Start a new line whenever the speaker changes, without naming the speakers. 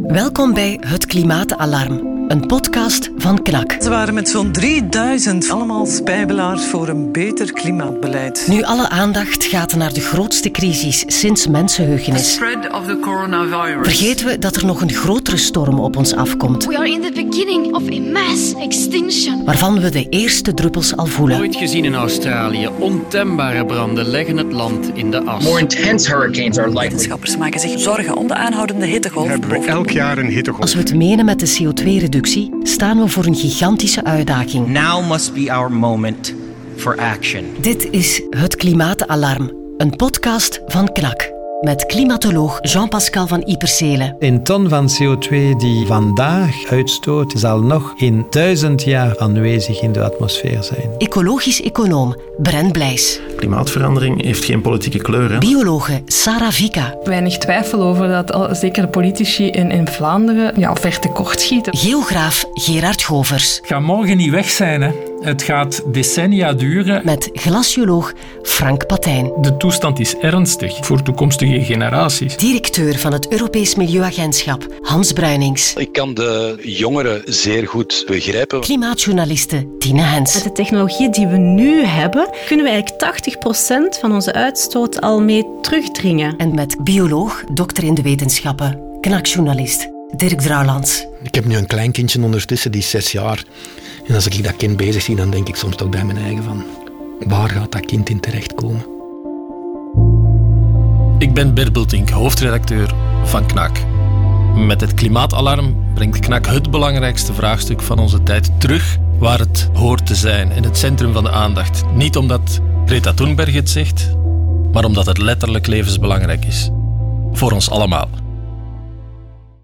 Welkom bij Het Klimaatalarm, een podcast van KNAK.
Ze waren met zo'n 3000 allemaal spijbelaars voor een beter klimaatbeleid.
Nu alle aandacht gaat naar de grootste crisis sinds mensenheugenis,
spread of the coronavirus.
vergeten we dat er nog een grotere storm op ons afkomt,
We are in the beginning of a mass extinction.
waarvan we de eerste druppels al voelen.
Nooit gezien in Australië. Ontembare branden leggen het land in de as.
More intense hurricanes are likely.
Wetenschappers maken zich zorgen om de aanhoudende hittegolf.
hebben we elk jaar een hittegolf.
Als we het menen met de CO2-reductie, staan we voor een gigantische uitdaging.
Now must be our moment for action.
Dit is Het Klimaatalarm, een podcast van KNAK. Met klimatoloog Jean-Pascal van Ypersele.
Een ton van CO2 die vandaag uitstoot, zal nog in duizend jaar aanwezig in de atmosfeer zijn.
Ecologisch econoom Brent Blijs.
Klimaatverandering heeft geen politieke kleur. Hè?
Biologe Sarah Vika.
Weinig twijfel over dat al, zeker politici in, in Vlaanderen ja, ver tekort schieten.
Geograaf Gerard Govers.
Het gaat morgen niet weg zijn. Hè. Het gaat decennia duren.
Met glacioloog Frank Patijn.
De toestand is ernstig voor toekomstige generaties.
Directeur van het Europees Milieuagentschap Hans Bruinings.
Ik kan de jongeren zeer goed begrijpen.
Klimaatjournaliste Tine Hens.
de technologie die we nu hebben, kunnen we eigenlijk 80% van onze uitstoot al mee terugdringen.
En met bioloog, dokter in de wetenschappen, knakjournalist Dirk Drouwlands.
Ik heb nu een klein kindje ondertussen, die is zes jaar. En als ik dat kind bezig zie, dan denk ik soms toch bij mijn eigen van... Waar gaat dat kind in terechtkomen?
Ik ben Bert Bultink, hoofdredacteur van KNAK. Met het klimaatalarm brengt KNAK het belangrijkste vraagstuk van onze tijd terug waar het hoort te zijn, in het centrum van de aandacht. Niet omdat Greta Thunberg het zegt, maar omdat het letterlijk levensbelangrijk is. Voor ons allemaal.